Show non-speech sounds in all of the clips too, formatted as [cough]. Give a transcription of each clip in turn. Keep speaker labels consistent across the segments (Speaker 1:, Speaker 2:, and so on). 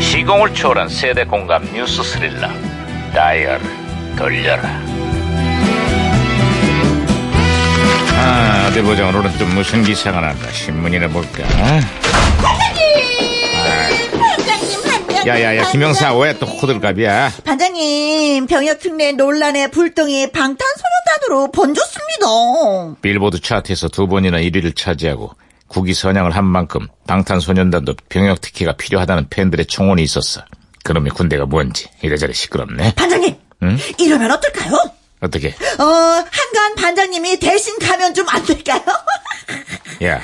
Speaker 1: 시공을 초월한 세대 공감 뉴스 스릴러 다이얼 돌려라 아 어디 보자 오늘은 또 무슨 기사가 난다 신문이나 볼까
Speaker 2: 반장님, 반장님.
Speaker 1: 야야야 김영사 왜 또 호들갑이야
Speaker 2: 반장님, 병역특례 논란의 불똥이 방탄소년단으로 번졌습니다.
Speaker 1: 빌보드 차트에서 두 번이나 1위를 차지하고 국위 선양을 한 만큼 방탄소년단도 병역 특혜가 필요하다는 팬들의 청원이 있었어 그놈의 군대가 뭔지 이래저래 시끄럽네
Speaker 2: 반장님, 이러면 어떨까요?
Speaker 1: 어떻게
Speaker 2: 어, 한간 반장님이 대신 가면 좀 안 될까요? [laughs]
Speaker 1: 야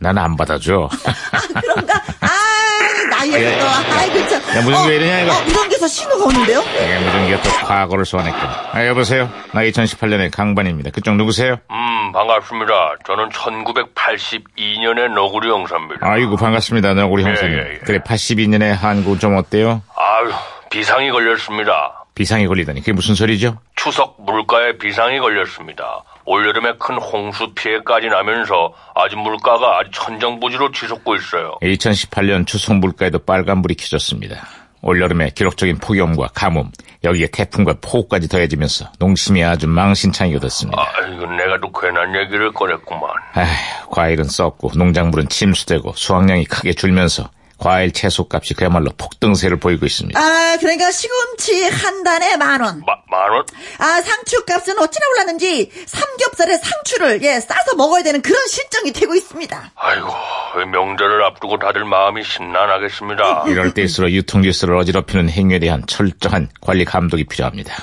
Speaker 1: 나는 안 받아줘
Speaker 2: 아, 그런가? 아이, 나이에
Speaker 1: 야,
Speaker 2: 이거. 아이, 참.
Speaker 1: 야, 무전기
Speaker 2: 어,
Speaker 1: 왜 이러냐, 이거?
Speaker 2: 어, 무전기에서 신호가 오는데요?
Speaker 1: 내가 예, 무전기가 또 과거를 소환했군. 아, 여보세요? 나 2018년의 강반입니다. 그쪽 누구세요?
Speaker 3: 음, 반갑습니다. 저는 1982년의 너구리 형사입니다.
Speaker 1: 아이고, 반갑습니다. 나 우리 형사님.
Speaker 3: 예, 예, 예.
Speaker 1: 그래, 82년의 한국 좀 어때요?
Speaker 3: 아유, 비상이 걸렸습니다.
Speaker 1: 비상이 걸리다니. 그게 무슨 소리죠?
Speaker 3: 추석 물가에 비상이 걸렸습니다. 올여름에 큰 홍수 피해까지 나면서 아직 물가가 아주 천정부지로 치솟고 있어요.
Speaker 1: 2018년 예, 추석 물가에도 빨간불이 켜졌습니다. 올여름에 기록적인 폭염과 가뭄, 여기에 태풍과 폭우까지 더해지면서 농심이 아주 망신창이가 됐습니다.
Speaker 3: 아, 이거 내가 또 괜한 얘기를 꺼냈구만.
Speaker 1: 아휴, 과일은 썩고 농작물은 침수되고 수확량이 크게 줄면서 과일 채소값이 그야말로 폭등세를 보이고 있습니다.
Speaker 2: 아, 그러니까 시금치 한 단에 만 원.
Speaker 3: 마, 만 원?
Speaker 2: 아, 상추 값은 어찌나 올랐는지 삼겹살에 상추를, 예, 싸서 먹어야 되는 그런 실정이 되고 있습니다.
Speaker 3: 아이고, 이 명절을 앞두고 다들 마음이 심란하겠습니다.
Speaker 1: 이럴 때일수록 유통기술을 어지럽히는 행위에 대한 철저한 관리 감독이 필요합니다.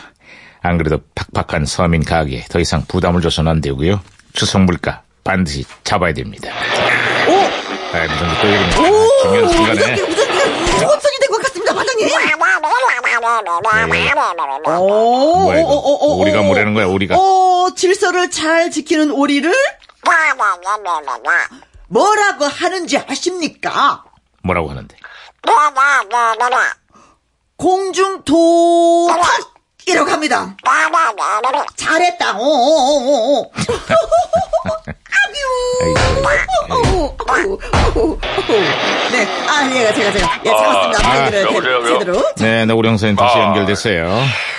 Speaker 1: 안 그래도 팍팍한 서민 가게에 더 이상 부담을 줘서는 안 되고요. 추석 물가 반드시 잡아야 됩니다. 오! 아, 무슨 또 이런
Speaker 2: 오,
Speaker 1: 중요한
Speaker 2: 무전기,
Speaker 1: 순간에
Speaker 2: 무전기가 소음성이 된 것 같습니다, 반장님. 어,
Speaker 4: 네.
Speaker 2: 오,
Speaker 1: 뭐야, 이거? 오리가 뭐라는 거야, 오리가?
Speaker 2: 오, 어, 질서를 잘 지키는 오리를 뭐라고 하는지 아십니까?
Speaker 1: 뭐라고 하는데?
Speaker 2: 공중 도탁이라고 합니다. 잘했다. 어, 오, 오, 오, 오. 어, 아뮤. 어, 네, 아, 예, 제가 제가 예, 잡았습니다.
Speaker 1: 아,
Speaker 2: 제대로,
Speaker 3: 여보세요, 여보세요?
Speaker 2: 제대로. 어,
Speaker 1: 네, 노구형사님 다시
Speaker 3: 아.
Speaker 1: 연결됐어요.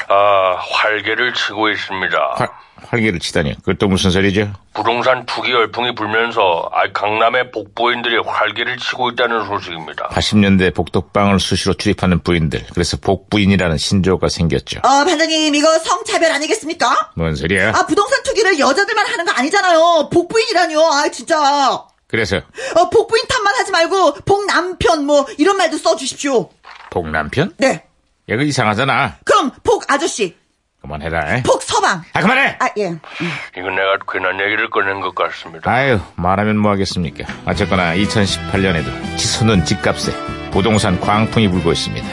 Speaker 3: 아, 활개를 치고 있습니다.
Speaker 1: 활, 활개를 치다니. 그것도 무슨 소리죠?
Speaker 3: 부동산 투기 열풍이 불면서 아, 강남의 복보인들이 활개를 치고 있다는 소식입니다.
Speaker 1: 80년대 복덕방을 수시로 출입하는 부인들. 그래서 복부인이라는 신조어가 생겼죠.
Speaker 2: 어, 반장님, 이거 성차별 아니겠습니까?
Speaker 1: 뭔 소리야?
Speaker 2: 아, 부동산 투기를 여자들만 하는 거 아니잖아요. 복부인이라뇨. 아, 진짜.
Speaker 1: 그래서
Speaker 2: 어, 복부인 탓만 하지 말고, 복남편, 뭐, 이런 말도 써주십시오.
Speaker 1: 복남편?
Speaker 2: 네.
Speaker 1: 야, 그 이상하잖아.
Speaker 2: 그럼, 복 아저씨,
Speaker 1: 그만해라. 에?
Speaker 2: 복 서방.
Speaker 1: 아, 그만해!
Speaker 2: 아, 예.
Speaker 3: 이건 내가 괜한 얘기를 꺼낸 것 같습니다.
Speaker 1: 아유, 말하면 뭐 하겠습니까? 어쨌거나 2018년에도 치솟는 집값에 부동산 광풍이 불고 있습니다.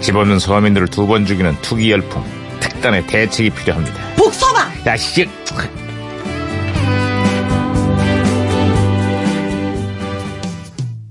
Speaker 1: 집 없는 서민들을 두 번 죽이는 투기 열풍, 특단의 대책이 필요합니다.
Speaker 2: 복 서방.
Speaker 1: 야, 씨!